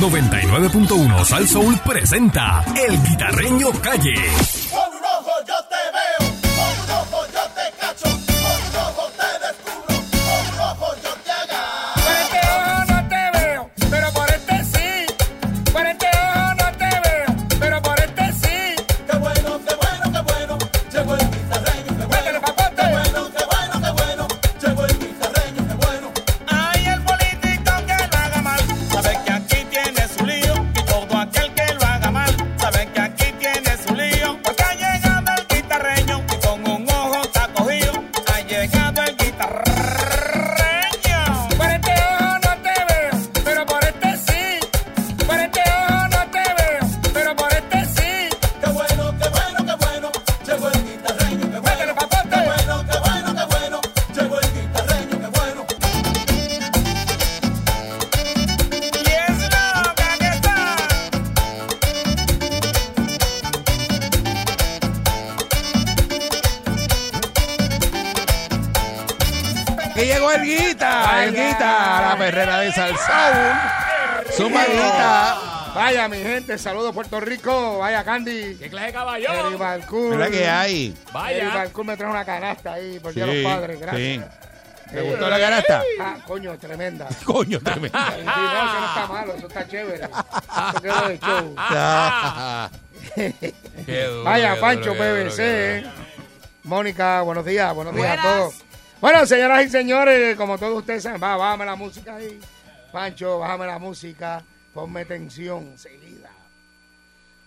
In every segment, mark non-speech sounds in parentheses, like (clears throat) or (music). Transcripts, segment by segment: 99.1 Sal Soul presenta El Guitarreño Calle. Con un ojo yo te veo, con un ojo yo te cacho, con un ojo te descubro, con un ojo yo te agarro. Por este ojo no te veo, pero por este sí. Por este ojo no te veo, pero por este sí. Qué bueno, qué bueno, qué bueno, llegó el guitarreño, qué bueno, Métele, papote. qué bueno, qué bueno, qué bueno, llegó el guitarreño, qué bueno. Ay, el político que lo haga mal, sabe que aquí tiene su lío. Y todo aquel que lo haga mal, sabe que aquí tiene su lío. Porque ha llegado el guitarreño y con un ojo está cogido. Ha llegado el guitarreño. Por este ojo no te veo, pero por este sí. Por este ojo no te veo, pero por este sí. Qué bueno, qué bueno, qué bueno, llegó el guitarreño, qué bueno. Métele, papote. Qué bueno, qué bueno, qué bueno, llegó el guitarreño, qué bueno. Y es loca que está. Que llegó el guita, el guita, la perrera de Salsaún. Zumba el guita. Vaya, mi gente, saludos Puerto Rico. Vaya, Candy. ¿Qué clase de caballo? Eri Balcour. ¿Verdad que hay? Eri Vaya. Balcour me trajo una canasta ahí por Día de los padres. Gracias. sí. ¿Te gustó la canasta? Ah, coño, tremenda. Y Coño, tremendo. (laughs) no, eso no está malo, eso está chévere. Eso quedó de show. Qué duro, Vaya, qué Pancho duro, qué duro, PBC. qué eh. Mónica, buenos días, buenos días a Buenas. todos. Bueno, señoras y señores, como todos ustedes saben, va, bájame la música ahí. Pancho, bájame la música, ponme tensión, seguida.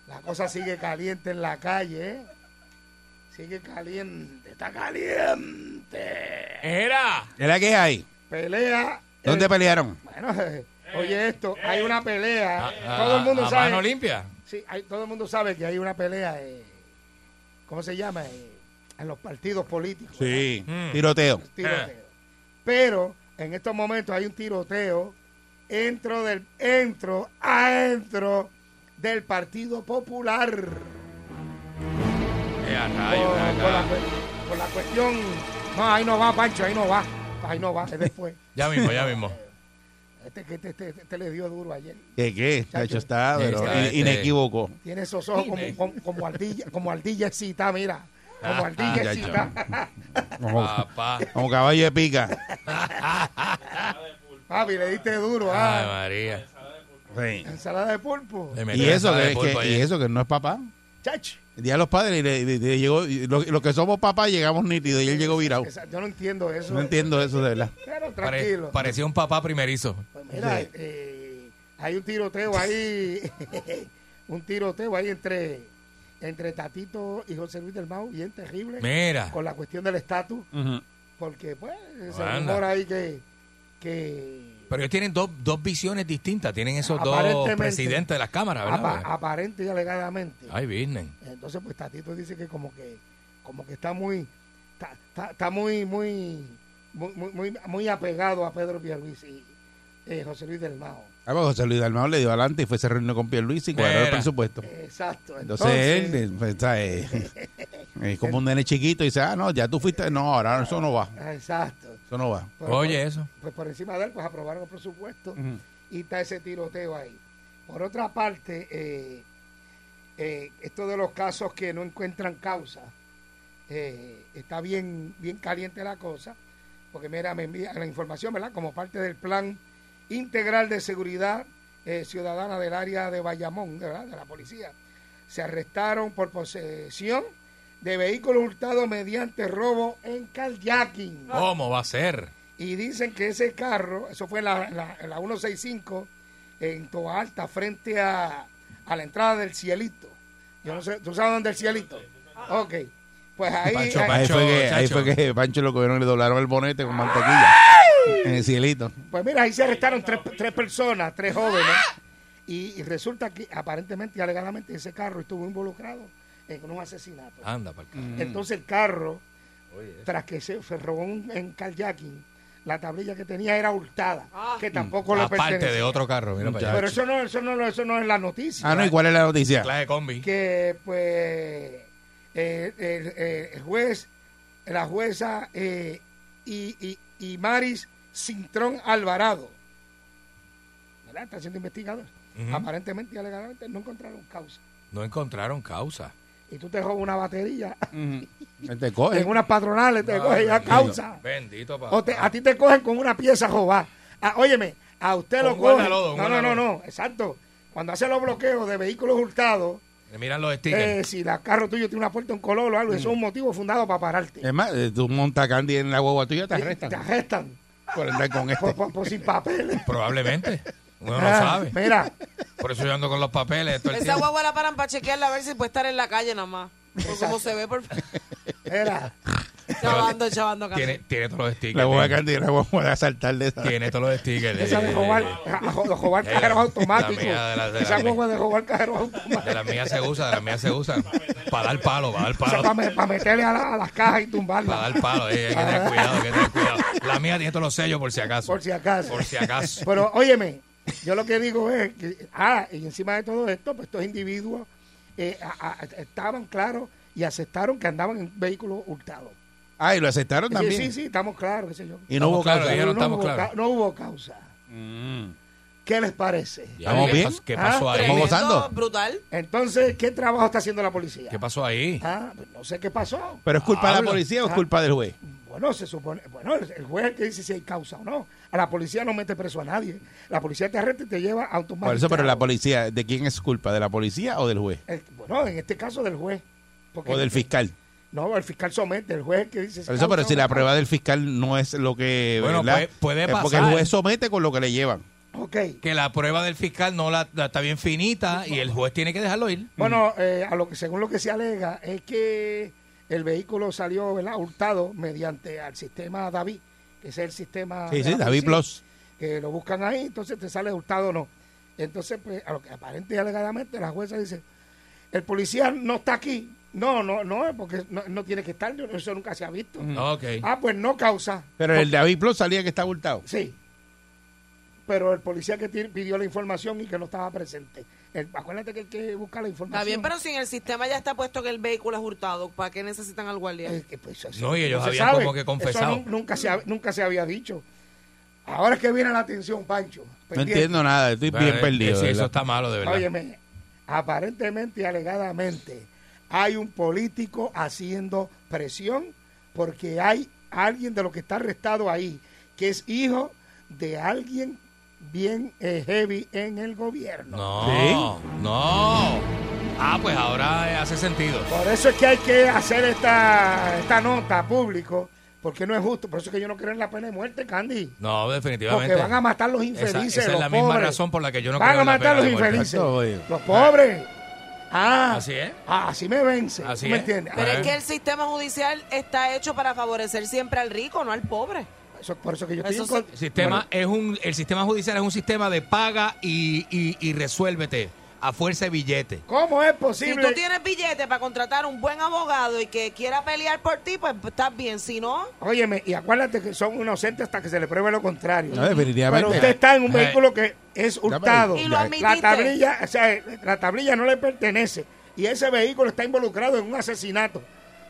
La cosa sigue caliente en la calle, ¿eh? Sigue caliente, está caliente. duro. Era. ¿Verdad que hay? Pelea. ¿Dónde eh, pelearon? Bueno, (laughs) oye esto, hay una pelea. A- todo a- el mundo a sabe. Mano limpia. Sí, hay- todo el mundo sabe que hay una pelea, eh, ¿cómo se llama? Eh, en los partidos políticos. Sí. Mm. Tiroteo. Tiroteo. Pero en estos momentos hay un tiroteo dentro del, entro, adentro del Partido Popular. Eh, a Por- rayo, ven por la, acá. cue- por la cuestión... No, ahí no va, Pancho, ahí no va. Ahí no va, es después. (laughs) Ya mismo, ya mismo. (laughs) Este, que este, este- este le dio duro ayer. ¿De qué? Está hecho, está, pero Está, in- este. inequívoco. Tiene esos ojos como, como, como ardilla, como ardilla excita, mira. Como Ah, ardilla ya, excita. Como, Papá. como caballo de pica. Papi, le diste duro, Ay, ah. María. Sí. Ensalada de pulpo. Le Y metió eso, esa de que, que- pulpo y ayer. eso que no es papá. Chach. El día de los padres, y le- le- le llegó, y lo- los que somos papás llegamos nítidos y él llegó virado. Esa- yo no entiendo eso. No entiendo eso de verdad. Pero Oh. Pare- tranquilo. parecía un papá primerizo. Pues mira, Sí. eh, hay un tiroteo ahí. (laughs) un tiroteo ahí entre, entre Tatito y José Luis del Mau. Bien terrible. Mira. Con la cuestión del estatus. Ah, Porque, pues, se Anda. rumora ahí que. que Pero ellos tienen dos, dos visiones distintas. Tienen esos dos Aparentemente. presidentes de las cámaras, apa- ¿verdad? Pues, aparente y alegadamente. Ay, business. Entonces, pues Tatito dice que como que, como que está muy, está, está- está muy, muy, muy, muy, muy- muy apegado a Pedro Pierluis y eh, José Luis del Mao. Ah, pues José Luis Dalmado le dio adelante y fue se reunió con Pierluisi y cuadraron el Mira. presupuesto. Exacto. Entonces él eh, pues, está, (laughs) eh, es como un nene chiquito y dice, ah, no, ya tú fuiste. No, ahora eso no va, ah, Exacto. eso no va. Pues, Oye, pues, eso. pues por encima de él, pues aprobaron el presupuesto Ujú. y está ese tiroteo ahí. Por otra parte, eh, eh, esto de los casos que no encuentran causa, eh, está bien, bien caliente la cosa, porque mira, me envía la información, ¿verdad? Como parte del plan integral de seguridad eh, ciudadana del área de Bayamón, ¿verdad? De la policía. Se arrestaron por posesión de vehículos hurtados mediante robo en kayaking. ¿Cómo va a ser? Y dicen que ese carro, eso fue en la, en la- en la 165, en Toa Alta, frente a, a la entrada del Cielito. Yo no sé, ¿tú sabes dónde es el Cielito? Ok, pues ahí... Pancho, ahí- Ahí fue, que, ahí chacho. fue que Pancho lo cogieron y le doblaron el bonete con mantequilla en el cielito. Pues mira, ahí se arrestaron tres, tres personas, tres jóvenes, y, y resulta que aparentemente y alegadamente ese carro estuvo involucrado en un asesinato. Anda, para Mm. Entonces el carro, tras que se, se robó un, en carjacking, la tablilla que tenía era hurtada, que tampoco le Aparte de pertenecía. otro carro, mira para allá. Pero eso no, eso no, lo- eso no es la noticia. Ah, no, ¿y cuál es la noticia? Clase de combi. Que pues eh, eh, eh, el juez, la jueza eh, y, y- y Maris Cintrón Alvarado ¿verdad? Está siendo investigado. Ujú. Aparentemente y alegadamente no encontraron causa. No encontraron causa. Y tú te robas una (laughs) batería Mm. Te coge. en unas patronales, Ah, te cogen ya causa. Bendito papá. O te- a ti te cogen con una pieza robada. Ah, óyeme, a usted Con lo un cogen. guardalodo, un No, no, no, guardalodo. no, exacto. Cuando hace los bloqueos de vehículos hurtados, Le miran los eh, stickers. si el carro tuyo tiene una puerta en color o algo, eso es Mm. un motivo fundado para pararte. Es más, eh, tú montas candy en la guagua tuya, te Te arrestan arrestan por andar con (laughs) por, este. por- por sin (laughs) papeles. Probablemente. Uno no Eh, Ah, sabe. Mira, Por eso yo ando con los papeles todo el Esa tiempo. guagua la paran para chequearla a ver si puede estar en la calle nada más. Por cómo se ve, por mira. Chavando, chavando. Tiene, tiene todos los La stickers. guagua Tiene, candy, la guagua de asaltar de esa. tiene todos los stickers. Esa de eh, robar, eh, a- a- de robar Eh, cajeros la- automáticos. la mía de la- de la- Esa guagua de robar cajeros De automáticos. las mías se usa, de las mías se usa. Para dar palo, para dar palo. para, meterle a, la- a las cajas y tumbarlas. Para dar palo. eh, hay que (laughs) tener cuidado, hay que tener cuidado. La mía tiene todos los sellos por si acaso. Por si acaso. Por si acaso. Pero óyeme, yo lo que digo es que, ah, y encima de todo esto, pues estos individuos eh, a- a- estaban claros y aceptaron que andaban en vehículos hurtados. Ah, y lo aceptaron Sí, también. Sí, sí, estamos claros, qué sé yo. Y no Mm. hubo Estamos claros, causa. dijeron, no, estamos hubo claros. ca- no hubo causa. ¿Qué les parece? ¿Estamos ¿qué bien? pas- ¿Qué pasó Ah, ahí? ¿Estamos gozando? Brutal. Entonces, ¿qué trabajo está haciendo la policía? ¿Qué pasó ahí? Ah, pues no sé qué pasó. ¿Pero es culpa Ah, de la Habla. policía o es culpa del juez? Bueno, se supone, bueno, el el juez es el que dice si hay causa o no. A la policía no mete preso a nadie. La policía te arresta y te lleva a un Por eso, pero la policía, ¿de quién es culpa? ¿De la policía o del juez? El- bueno, en este caso del juez. Porque ¿O del fiscal? No, el fiscal somete, el juez es el que dice. Por eso, pero causa si o la no. prueba del fiscal no es lo que. Bueno, ¿verdad? puede- puede Es Porque el pasar. juez somete con lo que le llevan. Ok. Que la prueba del fiscal no la, la- está bien finita y el juez tiene que dejarlo ir. Bueno, eh, a lo que, según lo que se alega, es que el vehículo salió ¿verdad? hurtado mediante al sistema David, que es el sistema. Sí, de sí, la David policía, Plus. Que lo buscan ahí, entonces te sale hurtado o no. Entonces, pues, a lo que aparente y alegadamente, la jueza dice: el policía no está aquí. No, no, no, porque no, no tiene que estar, eso nunca se ha visto. Ok. Ah, pues no causa. Pero el David Plus salía que está abultado. Sí. Pero el policía que ti- pidió la información y que no estaba presente. El- acuérdate que el que busca la información. Está bien, pero si en el sistema ya está puesto que el vehículo es hurtado, ¿para qué necesitan al guardia? Eh, que, pues, eso- No, y ellos se habían como que Eso nu- confesado. nunca, se, ha- nunca se había dicho. Ahora es que viene la atención, Pancho. No Pendiente. entiendo nada, estoy Bueno, bien eh, perdido. sí, eso ¿verdad? está malo, de verdad. Óyeme, aparentemente y alegadamente hay un político haciendo presión porque hay alguien de lo que está arrestado ahí que es hijo de alguien bien eh, heavy en el gobierno. No, ¿Sí? no. Ah, pues ahora eh, hace sentido. Por eso es que hay que hacer esta, esta nota a público, porque no es justo. Por eso es que yo no creo en la pena de muerte, Candy. No, definitivamente. Porque van a matar los Esa, infelices. esa es los la misma pobres. razón por la que yo no Van creo a en la matar pena los de muerte. infelices. Exacto, oye. Los pobres. Ah, Así es. Así me vence. Así ¿Tú me es. entiendes? Ah, Pero Eh. es que el sistema judicial está hecho para favorecer siempre al rico, no al pobre. Eso- por eso que yo estoy Eso en sí. contra- El sistema, es un, el sistema judicial es un sistema de paga y, y, y resuélvete a fuerza de billete. Bueno, ¿Cómo es Si posible? tú tienes billete para contratar un buen abogado y que quiera pelear por ti, pues estás bien. Si no, Óyeme, y acuérdate que son inocentes hasta que se le pruebe lo contrario. No, definitivamente. Pero usted está en un Ajá. vehículo que es hurtado. Y lo la admitiste. tablilla, o sea, la tablilla no le pertenece. Y ese vehículo está involucrado en un asesinato.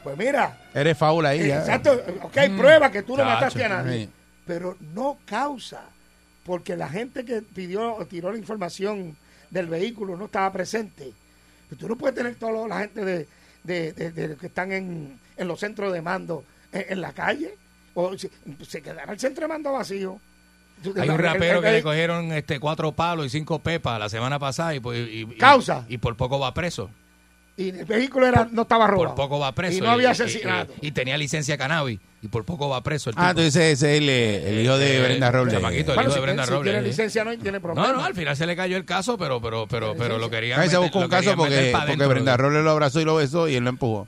Pues mira, Eres faula ahí. ya. Exacto. Ok, prueba que tú no Mm. Chacho, mataste a nadie. sí. Pero no causa. Porque la gente que pidió o tiró la información del vehículo no estaba presente. Pero Tú no puedes tener toda la gente de, de- de- de los que están en, en los centros de mando en, en la calle. O se, se quedará el centro de mando vacío. Tú- Hay la- un el- rapero el- que le el- cogieron este cuatro palos y cinco pepas la semana pasada y, pues, y- y- Causa. Y, por poco va preso. Y el vehículo era, no estaba Por robado. poco va preso. Y no había asesinato. Y, y tenía licencia de cannabis y por poco va preso. El Ah, tipo. tú dices ese es el, eh, el hijo de Eh, Brenda Robles. chamaquito, el Bueno, hijo si de Brenda tiene- si Robles. tiene eh. licencia no tiene problema. No, no, al final se le cayó el caso, pero pero pero pero lo querían. Ahí se meter- buscó un lo caso querían porque, meter pa' porque dentro. eh. Brenda Robles lo abrazó y lo besó y él lo empujó.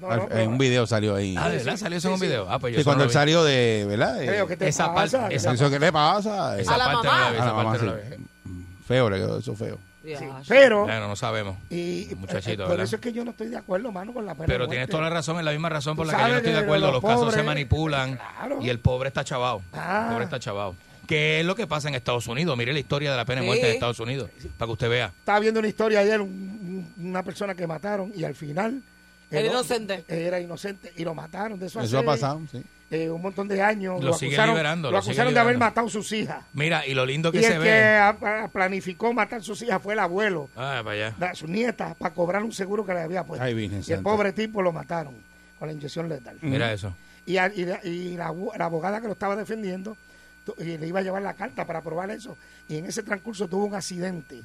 No, Al- no, en pero- un video salió ahí. Ah, ¿de verdad? Salió eso en un video. Ah, pues yo Sí, eso no cuando lo él vi. salió de, ¿verdad? De- Creo que te Esa pasa, parte- que esa te eso que le pasa. Esa A la parte no mamá. la vi, A esa la mamá, parte no la sí. vi. Feo, le quedó eso feo. Sí, ya, pero Bueno, no sabemos. y Muchachito, eh, por ¿verdad? eso es que yo no estoy de acuerdo, mano, con la pena Pero de tienes muerte. toda la razón, es la misma razón por Tú la que yo no sabes estoy de que acuerdo. Los, los casos se pobres- manipulan Claro. y el pobre está chavado. Ah. El pobre está chavado. ¿Qué es lo que pasa en Estados Unidos? Mire la historia de la pena de Sí. muerte en Estados Unidos, para que usted vea. Estaba viendo una historia ayer, un- un- una persona que mataron y al final Era el- inocente. Era inocente y lo mataron. De eso, Pues Eso ha hace- pasado, sí. eh, un montón de años. Lo sigue liberando, Lo, lo sigue acusaron de liberando. haber matado sus hijas. Mira, y lo lindo que Y se el que ve. a- a- planificó matar sus hijas fue el abuelo, Ah, para allá. a sus nietas, para cobrar un seguro que le había puesto. Ay, Virgen y el Santa. pobre tipo lo mataron con la inyección letal. Mira eso. Y, a- y la- y la, abu- la abogada que lo estaba defendiendo tu- y le iba a llevar la carta para probar eso. Y en ese transcurso tuvo un accidente.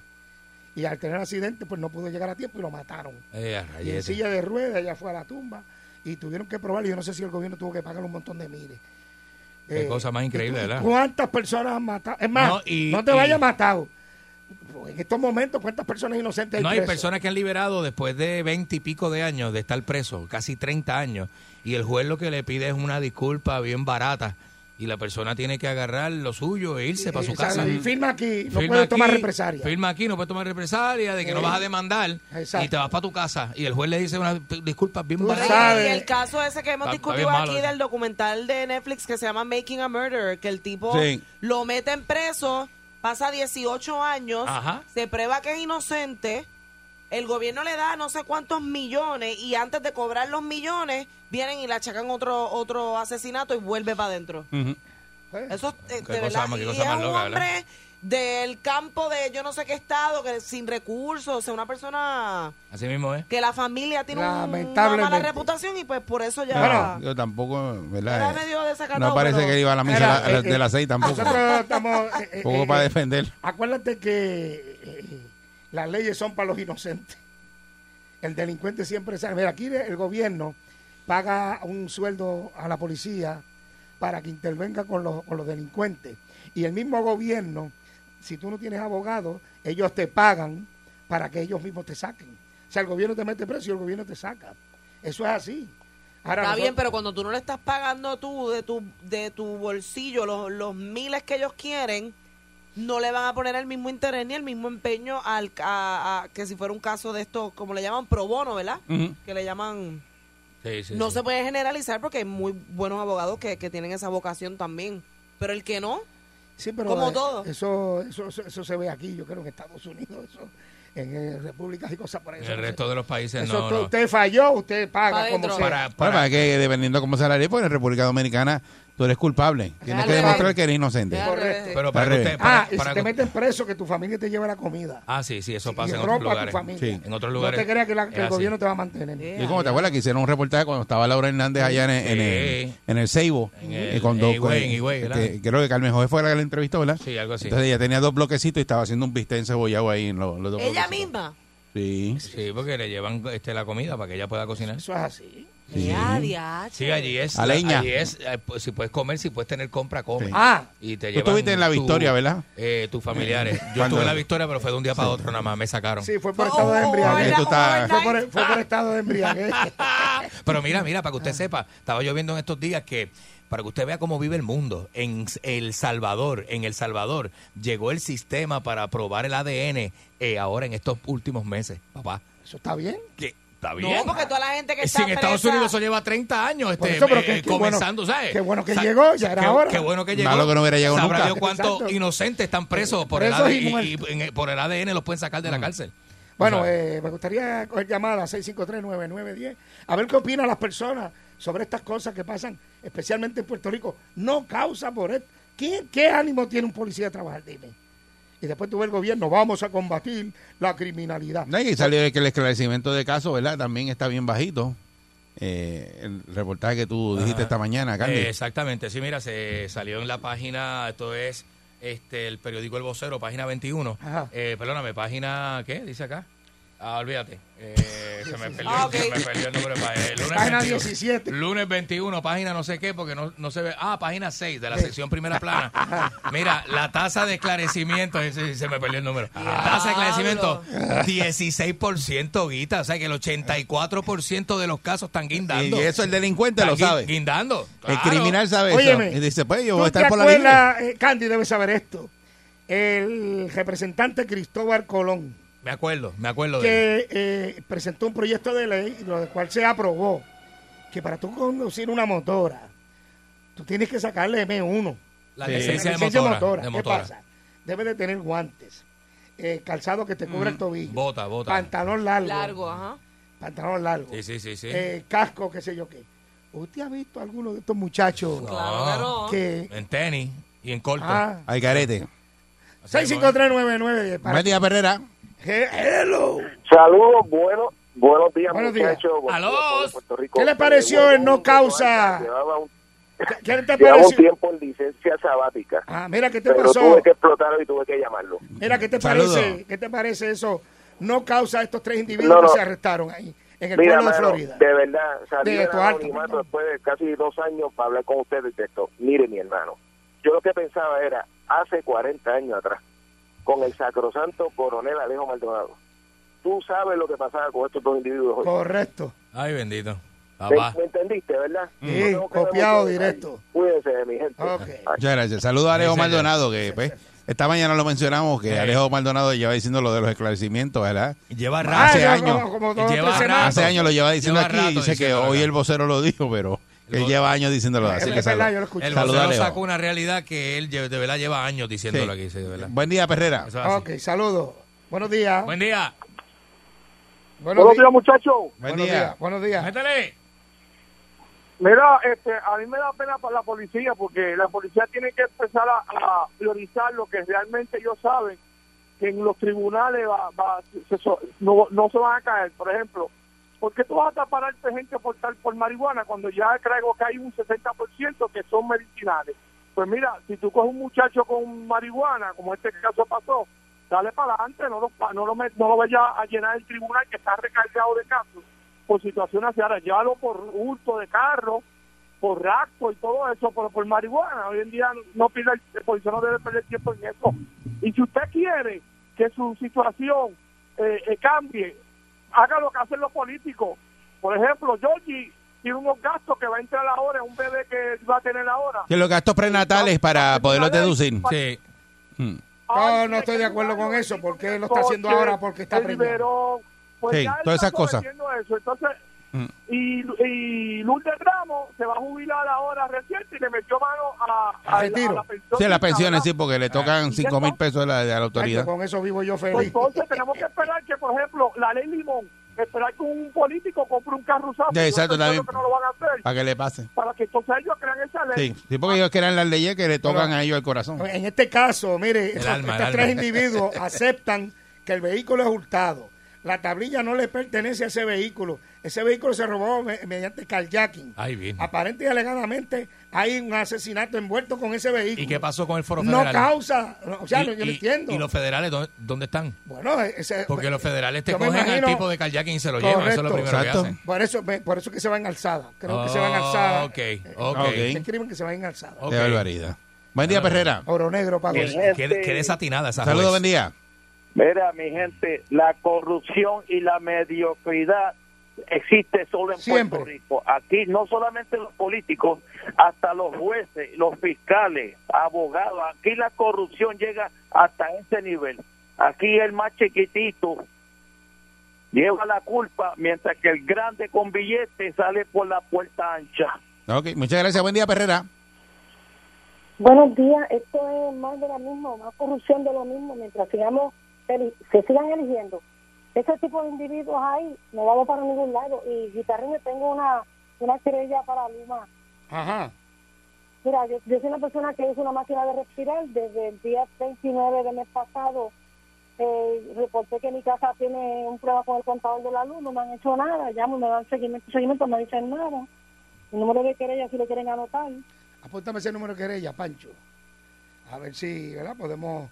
Y al tener accidente, pues no pudo llegar a tiempo y lo mataron. Eh, a Y en rayete. silla de ruedas, ella fue a la tumba y tuvieron que probar. Y yo no sé si el gobierno tuvo que pagar un montón de miles. Eh, Qué cosa más increíble, ¿y tú- ¿verdad? ¿Cuántas personas han matado? Es más, no, No, y- te y- vayas matado. Pues En estos momentos, ¿cuántas personas inocentes hay No, hay presas? personas que han liberado después de 20 y pico de años de estar preso, casi 30 años, y el juez lo que le pide es una disculpa bien barata, y la persona tiene que agarrar lo suyo e irse para su O sea, casa. y firma aquí, no Firma puede tomar aquí, represalia. Firma aquí, no puede tomar represalia, de que no Eh, vas a demandar, exacto. y te vas para tu casa, y el juez le dice una disculpa bien Tú Oye, barata. sabes. Y el caso ese que hemos Está- está discutido bien malo aquí eso. del documental de Netflix que se llama Making a Murderer, que el tipo Sí. lo mete en preso, pasa 18 años, Ajá. se prueba que es inocente, el gobierno le da no sé cuántos millones y antes de cobrar los millones vienen y le achacan otro otro asesinato y vuelve para adentro. Eso eh, de cosa verdad, más- qué y cosa es más un loca, hombre ¿verdad? del campo de yo no sé qué estado, que sin recursos, o sea, una persona Así mismo es. que la familia tiene un- una Lamentablemente. mala reputación y pues por eso ya Bueno, yo tampoco, Era ¿verdad? medio desacatado, no parece pero- que él iba a la misa Era, la- la- eh, de las seis tampoco. Nosotros estamos. eh, eh, Poco eh, para eh, defender. Acuérdate que eh, las leyes son para los inocentes. El delincuente siempre sabe. Mira, aquí el gobierno paga un sueldo a la policía para que intervenga con los, con los delincuentes. Y el mismo gobierno, si tú no tienes abogado, ellos te pagan para que ellos mismos te saquen. O sea, el gobierno te mete preso y el gobierno te saca. Eso es así. Ahora, Está bien, nosotros- pero cuando tú no le estás pagando tú de tu de tu bolsillo los, los miles que ellos quieren, no le van a poner el mismo interés ni el mismo empeño al a- a- que si fuera un caso de esto, como le llaman pro bono, ¿verdad? Que le llaman Sí, sí, no sí. se puede generalizar porque hay muy buenos abogados que, que tienen esa vocación también, pero el que no, Sí, pero Como eh, todo. Eso, eso, eso, eso se ve aquí, yo creo, en Estados Unidos, eso, en eh, repúblicas y cosas por En eso. el no resto sé. de los países Eso no. usted, no. usted falló, usted Pa' paga como dentro. sea. Para, Bueno, para- es que dependiendo cómo sea la ley, pues en República Dominicana tú eres culpable. Tienes que Dale, demostrar dale. que eres inocente. Dale. Correcto. pero para que Al usted- revés. para- ah, y para si te que- meten preso, que tu familia te lleva la comida. Ah, sí, sí, eso pasa y en ropa otros a tu lugares. familia. En otros No lugares. te creas que, la- es que el así. gobierno te va a mantener. Y como te acuerdas que hicieron un reportaje cuando estaba Laura Hernández allá en, el- en el, Sí. en el Seibo. En el- eh, cuando- en Higüey, en Higüey, ¿verdad? que- Este, creo que Carmen Jové fue la que la entrevistó, ¿verdad? Sí, algo así. Entonces ella tenía dos bloquecitos y estaba haciendo un bistec encebollado ahí en los, los dos ella bloquecitos. misma. Sí. Sí, porque le llevan este, la comida para que ella pueda cocinar. Eso es así. Ya, diache. Sí, allí es. A leña. Allí es. eh, pues, Si puedes comer, si puedes tener compra, come. Sí. Ah. y te Tú llevan estuviste en la tu- Victoria, ¿verdad? eh, tus familiares. Yo ¿Cuándo? estuve en la victoria, pero fue de un día para otro nada más. Me sacaron. Sí, fue por estado de Oh, embriaguez. era Tú estás- Fue overnight. por, e, fue por estado de embriaguez. (laughs) Pero mira, mira, para que usted sepa, estaba yo viendo en estos días que, para que usted vea cómo vive el mundo, en El Salvador, en El Salvador, llegó el sistema para probar el ADN eh, ahora en estos últimos meses, papá. Eso está bien. Que está bien. No, porque toda la gente que Eh, está si en Estados presa- Unidos eso lleva 30 años Por este, eso, pero eh, qué- eh, qué bueno- comenzando, ¿sabes? qué bueno que Sa- llegó, ya era qué, hora. Qué bueno que llegó. Malo que no hubiera llegado Sabrá nunca. Dios cuántos Exacto. inocentes están presos por el, Presos y ADN, y, muertos. Mm. y en- por el ADN los pueden sacar de la cárcel. Bueno, O sea, eh, me gustaría coger llamada 653-9910, a ver qué opinan las personas sobre estas cosas que pasan, especialmente en Puerto Rico. No causa por esto. ¿Qué, qué ánimo tiene un policía de trabajar? Dime. Y después tuvo el gobierno, vamos a combatir la criminalidad. No, y salió que el esclarecimiento de casos, ¿verdad? También está bien bajito. Eh, el reportaje que tú dijiste esta mañana, Candy. Eh, exactamente, sí, mira, se salió en la página, esto es este el periódico El Vocero, página 21. Ajá. Eh, perdóname, página, ¿qué dice acá? Ah, olvídate. Eh, se, me perdió, Ah, ok. se me perdió el número. de página. Eh, lunes Página 17. Lunes 21, página no sé qué, porque no, no se ve. Ah, página 6 de la sección primera plana. Mira, la tasa de esclarecimiento, eh, sí, se me perdió el número. Tasa de esclarecimiento, 16%, guita. O sea que el 84% de los casos están guindando. y eso el delincuente Están lo gui- sabe. Guindando. El claro. criminal sabe Óyeme, eso. Y dice, pues yo ¿tú voy a te estar por la libre. acuerdas, eh, Candy debe saber esto. El representante Cristóbal Colón, Me acuerdo, me acuerdo de que él. eh, presentó un proyecto de ley, lo cual se aprobó, que para tú conducir una motora, tú tienes que sacarle M1. La Sí. licencia La de licencia motora. motora, de ¿Qué motora. pasa? Debe de tener guantes, eh, calzado que te cubra el tobillo, Mm. bota, bota. pantalón largo, Largo, ajá. pantalón largo, Sí, sí, sí, sí. eh, casco, qué sé yo qué. ¿Usted ha visto a alguno de estos muchachos Claro que no. que... En tenis y en corto. Ah, Al carete. 6539910 para- Matías Perrera. He- Hello. Saludos, bueno, buenos días, Buenos días. muchachos. Buenos Aló. días, pueblo de Puerto Rico. ¿Qué le pareció Llevaba el no un- causa? Llevaba un, ¿Qué- ¿Qué te llevaba un pareció? tiempo en licencia sabática, Ah, mira, ¿qué te pero pasó? tuve que explotarlo y tuve que llamarlo. Mira, ¿qué te Saludos. parece? ¿Qué te parece eso? No causa a estos tres individuos No, que no. se arrestaron ahí, en el Mira, pueblo de mano, Florida. de verdad, salí De del tu alto, anonimato perdón. después de casi dos años para hablar con ustedes de esto. Mire, mi hermano, yo lo que pensaba era, hace 40 años atrás, con el sacrosanto coronel Alejo Maldonado, tú sabes lo que pasaba con estos dos individuos hoy. Correcto. Ay, bendito. ¿Me, Papá. me entendiste, verdad? Sí, No tengo que ver copiado mucho detalle. directo. Cuídense, mi gente. Ok. Ay. Muchas gracias. Saludos a Alejo Sí, señor. Eh. Maldonado, que pues, esta mañana lo mencionamos, que Sí. Alejo Maldonado lleva diciendo lo de los esclarecimientos, ¿verdad? Lleva Ah, rato. hace ya años. como- como dos o Lleva tres semanas. rato. Hace años lo lleva diciendo Lleva aquí, rato y dice que diciéndolo hoy acá. el vocero lo dijo, pero que El él vo- lleva años diciéndolo. Es Así que verdad, yo lo saludos. escuché. El Saludos a vocero Alejo. sacó una realidad que él lle- de verdad lleva años diciéndolo aquí. sí, de verdad. Buen día, Perrera. Eso es así. Ok, saludos. Buenos días. Buen día. Buenos días. muchachos. Buen Buenos día. días. Buenos días. Métele. Mira, este, a mí me da pena para la policía, porque la policía tiene que empezar a, a priorizar lo que realmente ellos saben, que en los tribunales va- va- se so- no, no se van a caer. Por ejemplo, ¿por qué tú vas a tapar a gente por, tal- por marihuana cuando ya creo que hay un 60% que son medicinales? Pues mira, si tú coges un muchacho con marihuana, como este caso pasó, dale para adelante, no lo, pa- no lo, met- no lo vaya a llenar el tribunal que está recargado de casos por situaciones hacia ahora, llévalo por hurto de carro, por rasco y todo eso, pero por marihuana. Hoy en día no pida, el policía no debe perder tiempo en eso. Y si usted quiere que su situación eh, eh, cambie, haga lo que hacen los políticos. Por ejemplo, Georgie tiene unos gastos que va a entrar ahora, es un bebé que va a tener ahora. Que los gastos prenatales para poderlos deducir. Sí. Mm. No, no estoy de acuerdo con eso, porque él lo está haciendo ahora porque está preñado. primero Sí, todas esas cosas. Entonces, Mm. y, y Lourdes Ramos se va a jubilar ahora reciente y le metió mano a, A a, retiro. la pensión. Sí, las pensiones, ¿verdad? sí, porque le tocan 5 mil pesos a la, a la Ay, autoridad. Con eso vivo yo Pues feliz. Entonces tenemos que esperar que, por ejemplo, la ley Limón, esperar que un político compre un carro usado. Sí, exacto, Yo creo también. que no lo van a hacer. Para que le pase. Para que entonces ellos crean esa ley. Sí, sí, porque ellos crean las leyes que le tocan a ellos el corazón. En este caso, mire, estos, alma, el estos tres alma. (laughs) individuos aceptan que el vehículo es hurtado. La tablilla no le pertenece a ese vehículo. Ese vehículo se robó me- mediante carjacking. Ay, bien. Aparente y alegadamente hay un asesinato envuelto con ese vehículo. ¿Y qué pasó con el foro No federal? causa, no, o sea, Y- no, yo no y- entiendo. ¿Y los federales dónde, dónde están? bueno, e-, ese, pues, Porque los federales te yo me cogen imagino- al tipo de carjacking y se lo llevan. Eso es lo Correcto. primero Exacto. que hacen. Por eso, me- por eso que se va en alzada. Creo que se va en Oh, alzada. ok, Eh, ok. Me escriben que se va en alzada. Ok. Qué barbaridad. Buen día, Perrera. Oro negro, Paco. Qué, qué- qué desatinada esa Saludos, juez. buen día. Mira, mi gente, la corrupción y la mediocridad existe solo en Siempre. Puerto Rico. Aquí no solamente los políticos, hasta los jueces, los fiscales, abogados. Aquí la corrupción llega hasta ese nivel. Aquí el más chiquitito lleva la culpa, mientras que el grande con billete sale por la puerta ancha. Ok, muchas gracias. Buen día, Perrera. Buenos días, esto es más de lo mismo, más corrupción de lo mismo, mientras sigamos, eli- se sigan eligiendo. Ese tipo de individuos hay, no vamos para ningún lado. Y Guitarreño, tengo una, una querella para Luma. Ajá. Mira, yo, yo soy una persona que usa una máquina de respirar. Desde el día 29 del mes pasado, eh, reporté que mi casa tiene un problema con el contador de la luz. No me han hecho nada. Llamo, me dan seguimiento, seguimiento, no dicen nada. El número de querella, si lo quieren anotar. Apúntame ese número que querella, Pancho. A ver si, ¿verdad? Podemos.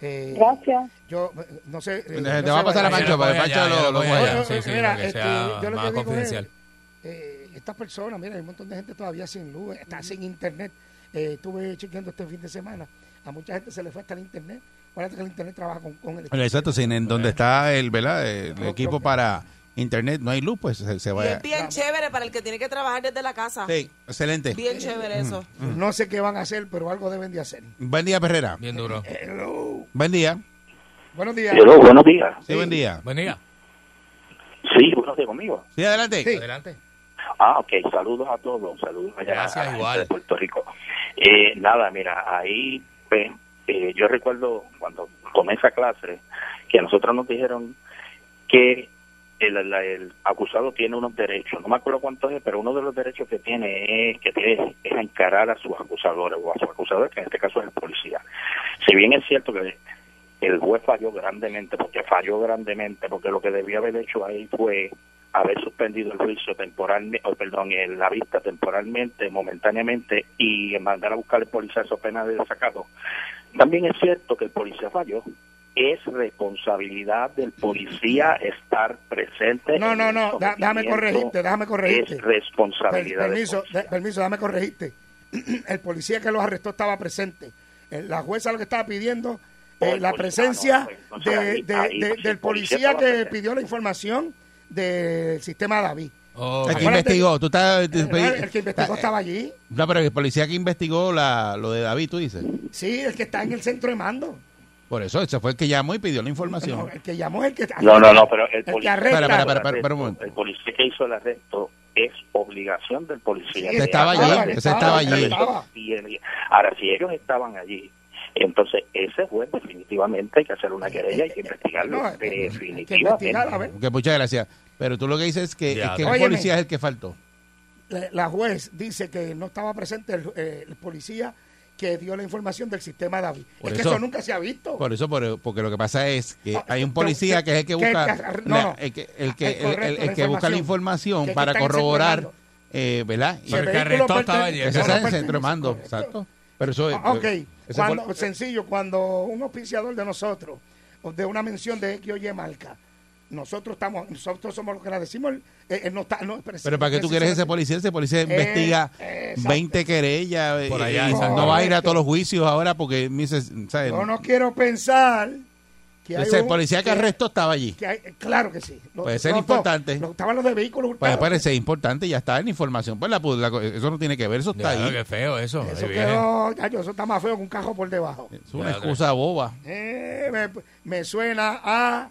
eh, Gracias. Yo, eh, no sé. eh, Te no te sé va a pasar a bailar. Yo Pancho, pues, porque lo voy allá, Pancho yo lo- lo lo voy juega. allá. Oye, Sí, sí, mira, para que este, sea yo lo más que digo es, confidencial. eh, estas personas, mira, hay un montón de gente todavía sin luz, está sin internet. Eh, estuve chequeando este fin de semana. A mucha gente se le fue hasta el internet. Acuérdate que el internet trabaja con, con el Bueno, Exacto, sin en donde está el, ¿verdad? el equipo para internet, no hay luz, pues se, se Y va es bien chévere para el que tiene que trabajar desde la casa. Sí, excelente. Bien chévere eso. No sé qué van a hacer, pero algo deben de hacer. Buen día, Perrera. Bien duro. eh, Hello. Buen día. Buenos días. buenos días. Sí, buen día. Buen día. Sí, buenos días conmigo. Sí, adelante. Sí. Adelante. Ah, ok, saludos a todos, saludos allá Gracias, a la igual. gente de Puerto Rico. Eh, nada, mira, ahí pues, eh, yo recuerdo cuando tomé esa clase que a nosotros nos dijeron que el, la- el acusado tiene unos derechos, no me acuerdo cuántos es, pero uno de los derechos que tiene es que tiene es encarar a sus acusadores o a su acusador, que en este caso es el policía. Si bien es cierto que el juez falló grandemente, porque falló grandemente, porque lo que debía haber hecho ahí fue haber suspendido el juicio temporalmente, o perdón, el- la vista temporalmente, momentáneamente, y mandar a buscar al policía su pena de desacato. También es cierto que el policía falló. Es responsabilidad del policía estar presente. No, en no, el no, da- déjame sometimiento. corregirte, déjame corregirte. Es responsabilidad. del Per- permiso, de- permiso, dame corregirte. (clears throat) El policía que los arrestó estaba presente. Eh, La jueza lo que estaba pidiendo eh, Oh, el la policía, presencia no, pues, entonces de- ahí- de- ahí, de- si del el policía policía estaba que presente. pidió la información del sistema David. Ok. El que Acuérdate- investigó, tú estás... eh, El, el que Ah, investigó estaba allí. No, pero el policía que investigó la, lo de David, tú dices. Sí, el que está en el centro de mando. Por eso, ese fue el que llamó y pidió la No, información. el que llamó es el que. No, no, no, pero el El que policía. arresta. Espera, espera, espera, espera un momento. El policía que hizo el arresto es obligación del policía. Sí, de estaba hacer allí, el ese estaba arresto. allí. Estaba. Y el- Ahora, si ellos estaban allí, entonces ese juez definitivamente hay que hacer una querella, hay que investigarlo. Eh, No, eh, hay que investigar, a definitivamente. ver. Que muchas gracias. Pero tú lo que dices es que, Ya, es que el óyeme. policía es el que faltó. la, la juez dice que no estaba presente el, eh, el policía que dio la información del sistema David. Por es que eso- eso nunca se ha visto. Por eso, por- porque lo que pasa es que Ah, hay un pero policía usted- que es el que que busca el que- no, la- no. el que- el que- Ah, el- el- correcto, el la que busca la información, información que para está en centro de corroborar, mando. eh, ¿verdad? Y Pero el que vehículo arrestó estaba pertene- allí, ese está no en el pertenece, centro de mando, pues, correcto. exacto. Pero eso es- Ah, ok. ese fue- Cuando- sencillo, cuando un auspiciador de nosotros, o de una mención de X o Y marca, nosotros estamos, nosotros somos los que la decimos, él, él no está, no es presente. Pero para qué tú quieres ese policía, ese policía investiga Eh, exacto. 20 querellas, Por eh, allá, y exacto. no va a ir a todos los juicios ahora porque me dice, ¿sabes? Yo no quiero pensar que hay Ese un- policía que arrestó estaba allí. que hay- claro que sí. Los- Puede ser los dos. importante. Los- estaban los de vehículos Pues hurtados. parece importante, ya está en información. Pues la, pu- la co- eso no tiene que ver, eso está Ya, ahí. qué feo eso. Eso Ay, virgen. quedó, chacho, eso está más feo que un cajo por debajo. Es una excusa boba. Eh, me, me suena a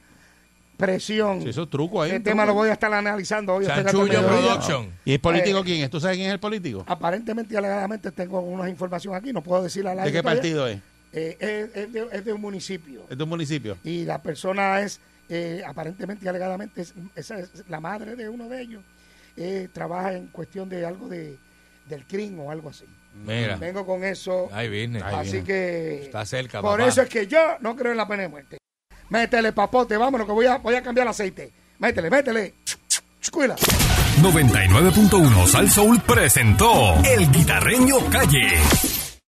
presión. Sí, eso es truco ahí. Ese un Este tema lo truco. voy Eh, a estar analizando hoy. hasta el Chanchullo mediodía. Production. ¿Y el político quién es? ¿Tú sabes quién es el político? Aparentemente y alegadamente tengo una información aquí, no puedo decir la ¿De qué partido es? Eh, es, es de, es de un municipio. ¿Es de un municipio? Y la persona es, eh, aparentemente y alegadamente, es, esa es la madre de uno de ellos. Eh, trabaja en cuestión de algo de, del crimen o algo así. Mira. Vengo con eso. Ay, business. Ay, Así bien. que. Está cerca, Por papá. eso es que yo no creo en la pena de muerte. Métele, papote, vámonos, que voy a, voy a cambiar el aceite. Métele, métele. Chucuila. 99.1 Sal Soul presentó El Guitarreño Calle.